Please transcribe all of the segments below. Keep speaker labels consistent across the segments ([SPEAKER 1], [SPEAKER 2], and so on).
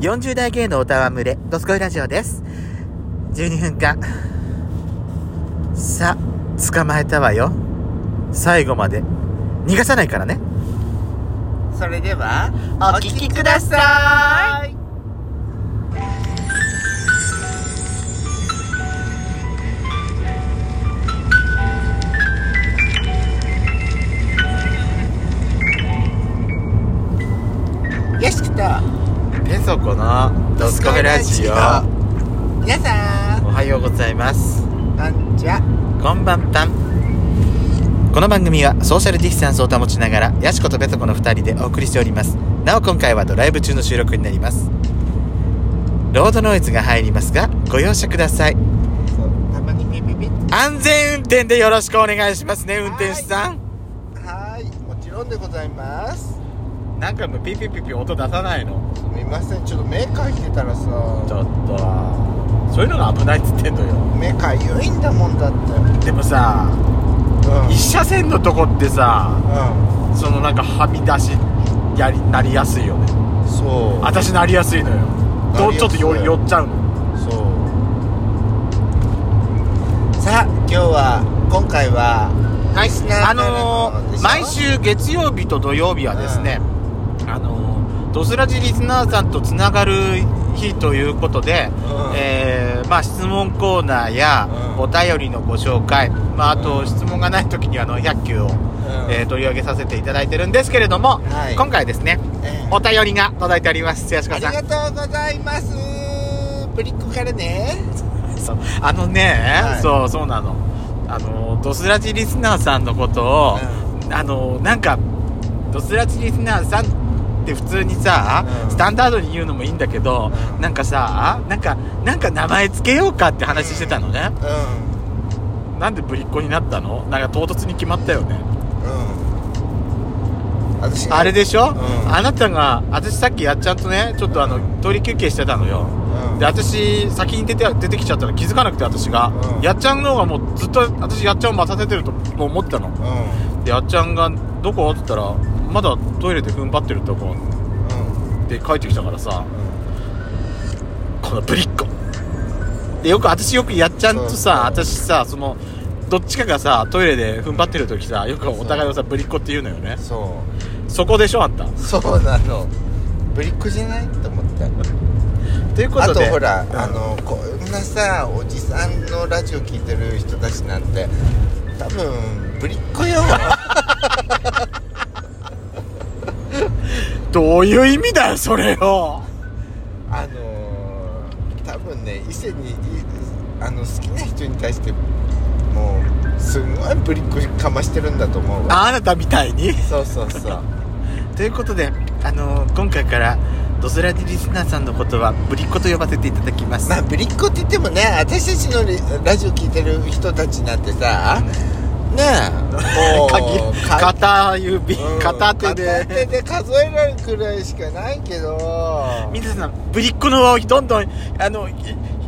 [SPEAKER 1] 40代芸の歌は群れ、ドスコイラジオです。12分間。さあ、捕まえたわよ。最後まで。逃がさないからね。
[SPEAKER 2] それでは
[SPEAKER 1] お聞きくださ
[SPEAKER 2] いよしきと
[SPEAKER 1] ペソコのドスコイラジオ。
[SPEAKER 2] 皆さん
[SPEAKER 1] おはようございます。
[SPEAKER 2] こんにちは
[SPEAKER 1] こんばんたん。この番組はソーシャルディスタンスを保ちながら、ヤシコとペソコの2人でお送りしております。なお今回はドライブ中の収録になります。ロードノイズが入りますが、ご容赦ください。
[SPEAKER 2] そうたまにピピピッ
[SPEAKER 1] 安全運転でよろしくお願いしますね運転手さん
[SPEAKER 2] はーいもちろんでございます
[SPEAKER 1] なんかもうピピピピ音出さないの
[SPEAKER 2] すみませんちょっと目かいてたらさ
[SPEAKER 1] ちょっとそういうのが危ないっつってんのよ
[SPEAKER 2] 目かゆいんだもんだって
[SPEAKER 1] でもさ
[SPEAKER 2] うん
[SPEAKER 1] 一車線のとこってさ
[SPEAKER 2] う
[SPEAKER 1] そのなんかはみ出しやりなりやすいよね
[SPEAKER 2] んそう
[SPEAKER 1] 私なりやすいのよど
[SPEAKER 2] な
[SPEAKER 1] う
[SPEAKER 2] りやすい
[SPEAKER 1] ちょっとよ寄っちゃうの
[SPEAKER 2] そうさあ今日は今回は
[SPEAKER 1] はい
[SPEAKER 2] リスナー
[SPEAKER 1] あのー
[SPEAKER 2] でしょ
[SPEAKER 1] 毎週月曜日と土曜日はですね、あのードスラジリスナーさんとつながる日ということで、
[SPEAKER 2] うん
[SPEAKER 1] えーまあ、質問コーナーや
[SPEAKER 2] うん
[SPEAKER 1] お便りのご紹介、まあ、あと質問がない時にはあの100球を、
[SPEAKER 2] うん
[SPEAKER 1] えー取り上げさせていただいてるんですけれども、
[SPEAKER 2] はい
[SPEAKER 1] 今回ですね
[SPEAKER 2] えー
[SPEAKER 1] お便りが届いておりますよしこ
[SPEAKER 2] あ
[SPEAKER 1] さん
[SPEAKER 2] りがとうございますプリックからね
[SPEAKER 1] そうあのね、
[SPEAKER 2] はい
[SPEAKER 1] そうそうなのあのドスラジリスナーさんのことを、あのなんかドスラジリスナーさんって普通にさ、
[SPEAKER 2] うん
[SPEAKER 1] スタンダードに言うのもいいんだけど、
[SPEAKER 2] うん
[SPEAKER 1] なんかさなんかなんか名前つけようかって話してたのね、
[SPEAKER 2] う
[SPEAKER 1] なんでぶりっ子になったのなんか唐突に決まったよね
[SPEAKER 2] んうん私ね
[SPEAKER 1] あれでしょ、
[SPEAKER 2] うん
[SPEAKER 1] あなたが私さっきやっちゃんとねちょっとあのトイレ休憩してたのよ
[SPEAKER 2] うん
[SPEAKER 1] で私先に出て出てきちゃったら気づかなくて私が、
[SPEAKER 2] うん
[SPEAKER 1] やっちゃんの方がもうずっと私やっちゃんを待たせてると思ってたの
[SPEAKER 2] う
[SPEAKER 1] でやっちゃんが「どこ?」って言ったら「まだトイレで踏ん張ってるとこ」っ
[SPEAKER 2] ん
[SPEAKER 1] て帰ってきたからさこのぶりっ子でよく私よくやっちゃんとさ
[SPEAKER 2] そう
[SPEAKER 1] 私さそのどっちかがさトイレで踏ん張ってる時さよくお互いをさぶりっ子って言うのよね
[SPEAKER 2] うんそ
[SPEAKER 1] そこでしょあんた
[SPEAKER 2] うそうなのプリックじゃないと思った
[SPEAKER 1] というこ
[SPEAKER 2] あ
[SPEAKER 1] と
[SPEAKER 2] と
[SPEAKER 1] で
[SPEAKER 2] ほら、
[SPEAKER 1] うん
[SPEAKER 2] あのこんなさおじさんのラジオ聞いてる人たちなんて多分ぶりっ 子よ
[SPEAKER 1] どういう意味だよそれよ
[SPEAKER 2] あのー多分ね伊勢にいあの好きな人に対してもうすんごいぶりっ子かましてるんだと思うわ
[SPEAKER 1] あなたみたいに
[SPEAKER 2] そうそうそう
[SPEAKER 1] ということであの今回からドスラジリスナーさんのことはぶりっ子と呼ばせていただきます
[SPEAKER 2] まあぶりっ子って言ってもね私たちのリラジオ聞いてる人たちなんてさねえもう
[SPEAKER 1] 鍵
[SPEAKER 2] か
[SPEAKER 1] 片指、
[SPEAKER 2] うん
[SPEAKER 1] 片手で
[SPEAKER 2] 片手で数えられるくらいしかないけど
[SPEAKER 1] 皆さんぶりっ子の輪をどんどんあのい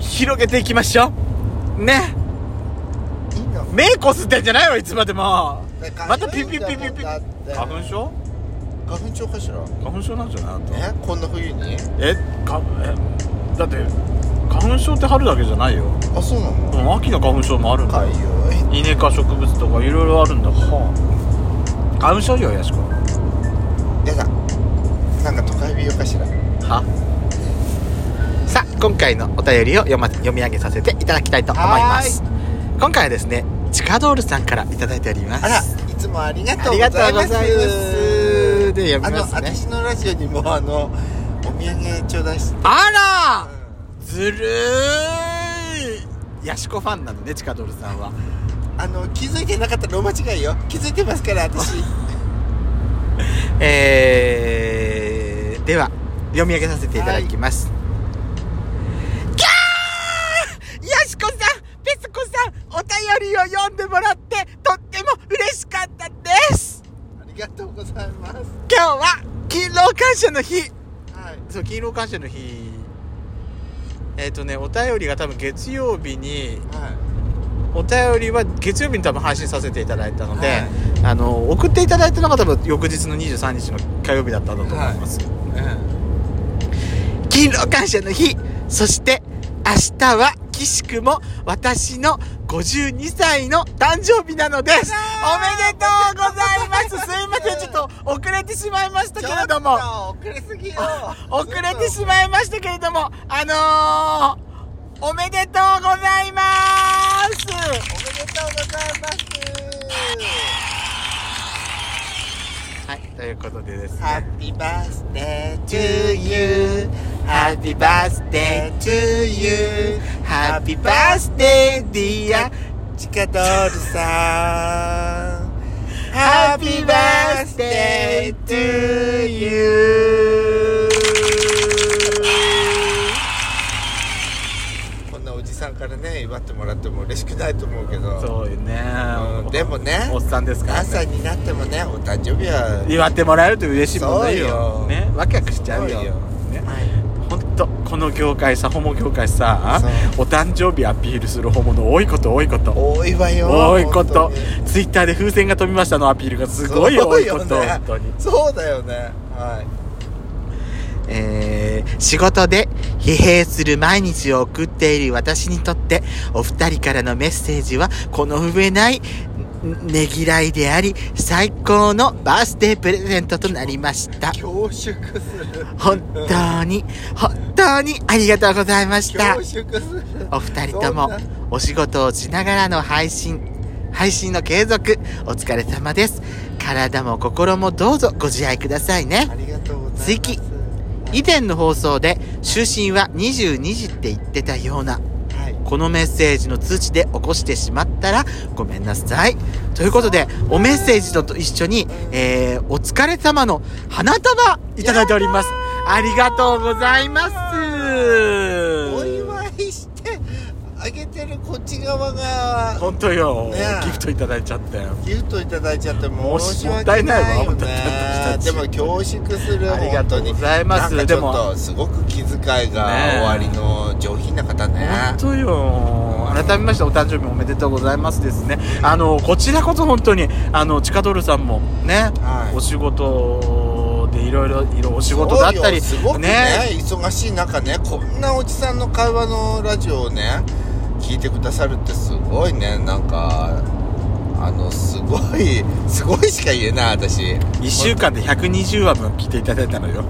[SPEAKER 1] 広げていきましょうね
[SPEAKER 2] いいの
[SPEAKER 1] 目こすってんじゃないよいつまでもまたピピピピピ
[SPEAKER 2] だって
[SPEAKER 1] 花粉症
[SPEAKER 2] 花粉症かしら
[SPEAKER 1] 花粉症なんじゃないあんた
[SPEAKER 2] えこんな冬に
[SPEAKER 1] えかえだって花粉症って春だけじゃないよ、
[SPEAKER 2] あそうな
[SPEAKER 1] う
[SPEAKER 2] の
[SPEAKER 1] ん、秋の花粉症もあるんだ
[SPEAKER 2] か
[SPEAKER 1] よ
[SPEAKER 2] ゆい
[SPEAKER 1] イネ科植物とかいろいろあるんだはあ花粉症よやしこ
[SPEAKER 2] やだなんか都会病かしら
[SPEAKER 1] はさあ今回のお便りを読,、ま、読み上げさせていただきたいと思います今回はですねチカドールさんからいただいております
[SPEAKER 2] あらいつもありが
[SPEAKER 1] あ
[SPEAKER 2] とう
[SPEAKER 1] り
[SPEAKER 2] ござ
[SPEAKER 1] がとうご
[SPEAKER 2] います
[SPEAKER 1] ざいますで読み
[SPEAKER 2] あの
[SPEAKER 1] ますね
[SPEAKER 2] 私のラジオにもあのお土産ちょうだいして
[SPEAKER 1] あら
[SPEAKER 2] あ
[SPEAKER 1] ずるーいヤシコファンなのねチカドールさんは
[SPEAKER 2] の気づいてなかったらお間違いよ気づいてますから 私
[SPEAKER 1] えー、では読み上げさせていただきます、キャーヤシコさんペスコさんお便りを読んでもらってとっても嬉しかったです
[SPEAKER 2] ありがとうございます
[SPEAKER 1] 今日は勤労感謝の日
[SPEAKER 2] はい
[SPEAKER 1] そう勤労感謝の日えっ、とねお便りが多分月曜日に
[SPEAKER 2] はい
[SPEAKER 1] お便りは月曜日に多分配信させていただいたので、
[SPEAKER 2] は
[SPEAKER 1] あの送っていただいたのが多分翌日の23日の火曜日だったんだと思います、
[SPEAKER 2] うん
[SPEAKER 1] キ勤労感謝の日そして明日は岸くも私の52歳の誕生日なのですおめでとうございますすいま せんちょっと遅れてしまいましたけれども
[SPEAKER 2] 遅れすぎよ
[SPEAKER 1] 遅れてしまいましたけれどもあのー、おめでとうございます
[SPEAKER 2] おめでとうございます
[SPEAKER 1] はい、ということでです
[SPEAKER 2] ハ
[SPEAKER 1] ね。
[SPEAKER 2] ッピーバースデー
[SPEAKER 1] To you, happy birthday to you, happy birthday dear,
[SPEAKER 2] チカドールさん
[SPEAKER 1] happy birthday to you.
[SPEAKER 2] こんなおじさんからね祝ってもらっても嬉しくないと思うけど
[SPEAKER 1] そうよね
[SPEAKER 2] うん。でもね
[SPEAKER 1] おっさんですから
[SPEAKER 2] 何歳
[SPEAKER 1] ね。
[SPEAKER 2] になってもねお誕生日は
[SPEAKER 1] 祝ってもらえると嬉しいもんだ
[SPEAKER 2] そう
[SPEAKER 1] よ。
[SPEAKER 2] よ
[SPEAKER 1] ね、ワクワクしちゃうよ
[SPEAKER 2] そうよ。
[SPEAKER 1] ね
[SPEAKER 2] はい
[SPEAKER 1] ほんとこの業界さホモ業界さお誕生日アピールするホモの多いこと多いこと
[SPEAKER 2] 多いわよ
[SPEAKER 1] 多いこと
[SPEAKER 2] 本当に
[SPEAKER 1] ツイッターで風船が飛びましたのアピールがすごい
[SPEAKER 2] そう
[SPEAKER 1] 多いこと、
[SPEAKER 2] よね
[SPEAKER 1] 本当に
[SPEAKER 2] そうだよねはい
[SPEAKER 1] えー仕事で疲弊する毎日を送っている私にとってお二人からのメッセージはこの上ないんねぎらいであり最高のバースデープレゼントとなりました
[SPEAKER 2] 恐縮する
[SPEAKER 1] 本当に本当にありがとうございました
[SPEAKER 2] 恐縮する
[SPEAKER 1] お二人とも
[SPEAKER 2] そんな
[SPEAKER 1] お仕事をしながらの配信配信の継続お疲れ様です体も心もどうぞご自愛くださいね
[SPEAKER 2] ありがとうございます
[SPEAKER 1] 追記以前の放送で就寝は22時って言ってたような
[SPEAKER 2] はい
[SPEAKER 1] このメッセージの通知で起こしてしまったらごめんなさいということでおメッセージと一緒に、えーお疲れ様の花束いただいておりますありがとうございます
[SPEAKER 2] お祝いしてあげてるこっち側が
[SPEAKER 1] 本当よ、
[SPEAKER 2] ねえ
[SPEAKER 1] ギフトいただいちゃったよ
[SPEAKER 2] ギフトいただいちゃって
[SPEAKER 1] もう
[SPEAKER 2] 申し訳ないよ
[SPEAKER 1] もったい
[SPEAKER 2] ね
[SPEAKER 1] ないわ私たち
[SPEAKER 2] でも恐縮する
[SPEAKER 1] ありがとうございます
[SPEAKER 2] 本当に
[SPEAKER 1] で
[SPEAKER 2] なん
[SPEAKER 1] も
[SPEAKER 2] かちょっとすごく気遣いが
[SPEAKER 1] ね
[SPEAKER 2] 終わりの上品な方ね
[SPEAKER 1] 本当よ改めましてお誕生日おめでとうございますですねあのこちらこそ本当にあのチカドルさんもね、
[SPEAKER 2] はい
[SPEAKER 1] お仕事でいろいろいろお仕事だったり
[SPEAKER 2] そうよすごくね忙しい中ねこんなおじさんの会話のラジオをね聞いてくださるってすごいねなんかあのすごいすごいしか言えない私
[SPEAKER 1] 1週間で120話分聞いていただいたのよ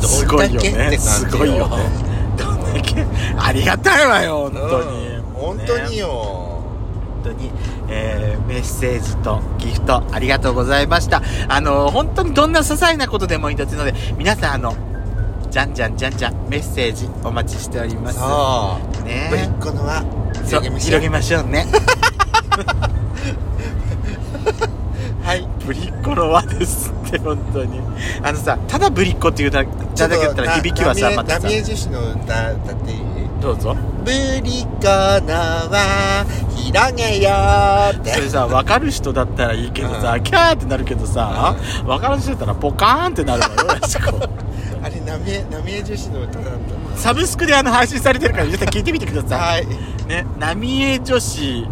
[SPEAKER 2] ど
[SPEAKER 1] す
[SPEAKER 2] ん
[SPEAKER 1] ご
[SPEAKER 2] だ
[SPEAKER 1] い
[SPEAKER 2] け
[SPEAKER 1] よね
[SPEAKER 2] って感じ
[SPEAKER 1] す
[SPEAKER 2] よ
[SPEAKER 1] ごいよねどんだけありがたいわよ本当に、
[SPEAKER 2] うん本当に
[SPEAKER 1] ね
[SPEAKER 2] よ、
[SPEAKER 1] 本当に、えーメッセージとギフトありがとうございましたあの本当にどんな些細なことでもいいですので皆さんあのじゃんじゃんじゃんじゃんメッセージお待ちしております
[SPEAKER 2] そう
[SPEAKER 1] ね
[SPEAKER 2] ぶりっ子の輪
[SPEAKER 1] そう
[SPEAKER 2] 広げましょ
[SPEAKER 1] 広
[SPEAKER 2] う
[SPEAKER 1] げましょうね
[SPEAKER 2] はい
[SPEAKER 1] ぶりっ子の輪ですって本当にあのさただぶりっ子って言うだだけだったら響きはさまたさ
[SPEAKER 2] 浪江樹脂の歌歌っていい
[SPEAKER 1] どうぞ
[SPEAKER 2] ぶりっ子の輪広げようって
[SPEAKER 1] それさ分かる人だったらいいけどさ
[SPEAKER 2] う
[SPEAKER 1] キャーってなるけどさ分からん人だったらポカーンってなるわよラジコ
[SPEAKER 2] あれ浪江浪江樹脂の歌なんだ
[SPEAKER 1] サブスクであの配信されてるから皆さん聞いてみてください
[SPEAKER 2] はい
[SPEAKER 1] ね、浪江女子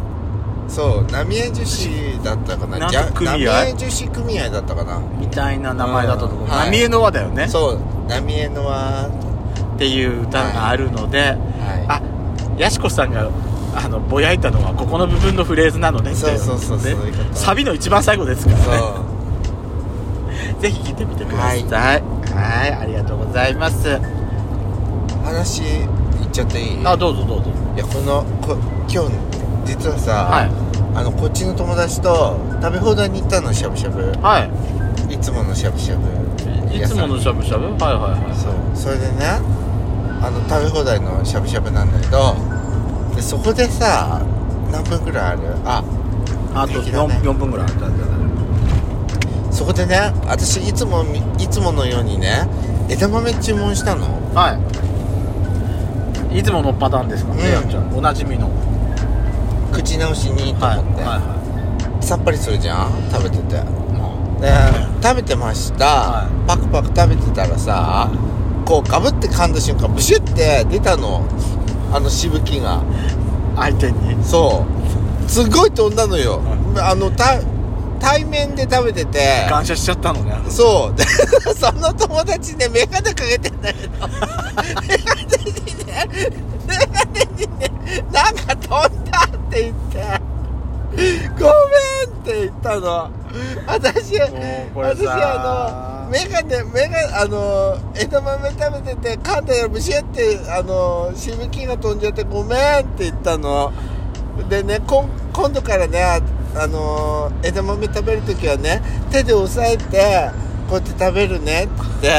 [SPEAKER 2] そう浪江樹脂だったか
[SPEAKER 1] なん
[SPEAKER 2] な
[SPEAKER 1] て
[SPEAKER 2] じゃ
[SPEAKER 1] 組合
[SPEAKER 2] 浪江樹脂組合だったかな
[SPEAKER 1] みたいな名前だったと思う、
[SPEAKER 2] うんはい
[SPEAKER 1] 浪江の輪だよね
[SPEAKER 2] そう浪江の輪
[SPEAKER 1] っていう歌があるので、
[SPEAKER 2] は
[SPEAKER 1] あやしこさんがあのぼやいたのはここの部分のフレーズなのね
[SPEAKER 2] そうそうそう
[SPEAKER 1] ってい
[SPEAKER 2] そういう
[SPEAKER 1] ね
[SPEAKER 2] こと
[SPEAKER 1] サビの一番最後ですか
[SPEAKER 2] い
[SPEAKER 1] らね
[SPEAKER 2] そう
[SPEAKER 1] ぜひ聴いてみてくださいはいありがとうございます
[SPEAKER 2] 話言っちゃっていい
[SPEAKER 1] あどうぞどうぞ
[SPEAKER 2] いやこのこ今日実はさ、
[SPEAKER 1] は
[SPEAKER 2] あのこっちの友達と食べ放題に行ったのしゃぶしゃぶ
[SPEAKER 1] いはい
[SPEAKER 2] つものしゃぶしゃぶ
[SPEAKER 1] いいつものしゃぶしゃぶはいはい
[SPEAKER 2] 屋
[SPEAKER 1] は
[SPEAKER 2] さんそうそれでねあの食べ放題のしゃぶしゃぶなんだけどでそこでさ何分くらいあるあ
[SPEAKER 1] いあと
[SPEAKER 2] 素敵だ
[SPEAKER 1] 4,、
[SPEAKER 2] ね
[SPEAKER 1] 4分ぐらいあったんじゃない
[SPEAKER 2] そこでね私いつもみいつものようにね枝豆注文したの
[SPEAKER 1] はいいつものパターンですからね、
[SPEAKER 2] うん
[SPEAKER 1] やんちゃんおなじみの
[SPEAKER 2] 口直しにと
[SPEAKER 1] はい
[SPEAKER 2] 思って、
[SPEAKER 1] は
[SPEAKER 2] さっぱりするじゃん食べてて
[SPEAKER 1] いはい
[SPEAKER 2] で食べてました、
[SPEAKER 1] は
[SPEAKER 2] パクパク食べてたらさこうガブって噛んだ瞬間ブシュって出たのあのしぶきが
[SPEAKER 1] 相手に
[SPEAKER 2] そうすごい飛んだのよ、あのた対面で食べてて
[SPEAKER 1] 感謝しちゃった のね
[SPEAKER 2] そう その友達ねメガネかけてんだけどメガネにねメガネにねなんか飛んだって言ってごめんって言ったの私
[SPEAKER 1] もうこれさ
[SPEAKER 2] 私あのメガネメガあの枝豆食べてて噛んだよむしゅってあのしぶきが飛んじゃってごめんって言ったのでねこん今度からねああのー枝豆食べる時はね手で押さえてこうやって食べるねって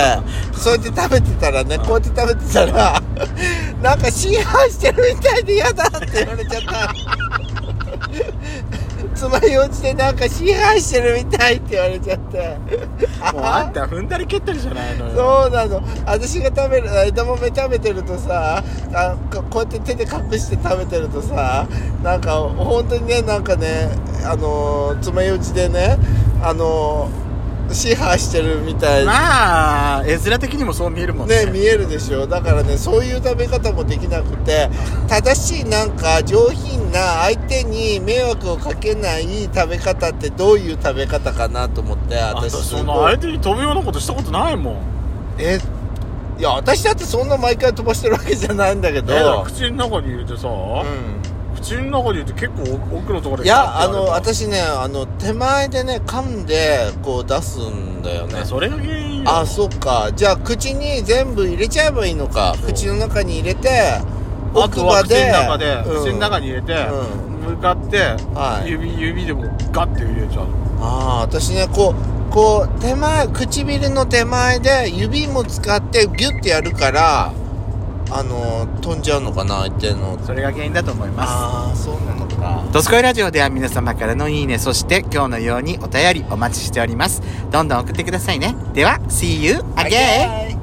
[SPEAKER 2] そうやって食べてたらねこうやって食べてたらなんか支配してるみたいで嫌だって言われちゃったつまようじでなんか支配してるみたいって言われちゃって
[SPEAKER 1] もうあんた踏んだり蹴ったりじゃないのよ
[SPEAKER 2] そうなの私が食べる枝豆食べてるとさあここうやって手で隠して食べてるとさなんか本当にねなんかねあのー爪楊枝でねあのー支配してるみたい
[SPEAKER 1] まあ絵面的にもそう見えるもんね
[SPEAKER 2] ね見えるでしょだからねそういう食べ方もできなくて正しいなんか上品な相手に迷惑をかけない食べ方ってどういう食べ方かなと思って
[SPEAKER 1] あんた
[SPEAKER 2] 私
[SPEAKER 1] そ
[SPEAKER 2] す
[SPEAKER 1] んな
[SPEAKER 2] ごい
[SPEAKER 1] 相手に飛ぶようなことしたことないもん
[SPEAKER 2] えいや私だってそんな毎回飛ばしてるわけじゃないんだけ
[SPEAKER 1] えだから
[SPEAKER 2] ど、
[SPEAKER 1] 口の中に入れてさ、
[SPEAKER 2] う
[SPEAKER 1] 口の中に入れて結構奥のところ
[SPEAKER 2] ん、
[SPEAKER 1] で
[SPEAKER 2] いやあの
[SPEAKER 1] ガッて
[SPEAKER 2] 私ねあの手前でね噛んでこう出すんだ
[SPEAKER 1] や
[SPEAKER 2] よ
[SPEAKER 1] られた
[SPEAKER 2] ね
[SPEAKER 1] それが原因よ
[SPEAKER 2] あそっかじゃあ口に全部入れちゃえばいいのか
[SPEAKER 1] そう
[SPEAKER 2] 口の中に入れて
[SPEAKER 1] あ
[SPEAKER 2] 奥
[SPEAKER 1] と
[SPEAKER 2] 歯
[SPEAKER 1] は
[SPEAKER 2] で
[SPEAKER 1] 口の中で、
[SPEAKER 2] うん
[SPEAKER 1] 口の中に入れて、
[SPEAKER 2] う
[SPEAKER 1] 向かって、
[SPEAKER 2] はい
[SPEAKER 1] 指指でもガッて入れちゃう
[SPEAKER 2] ああ私ねこうこう手前唇の手前で指も使ってギュッてやるからあの飛んじゃうのかな相手の
[SPEAKER 1] それが原因だと思いま
[SPEAKER 2] ああそうなのか
[SPEAKER 1] す「ドスコイラジオ」では皆様からのいいねそして今日のようにお便りお待ちしておりますどんどん送ってくださいねでは See you again!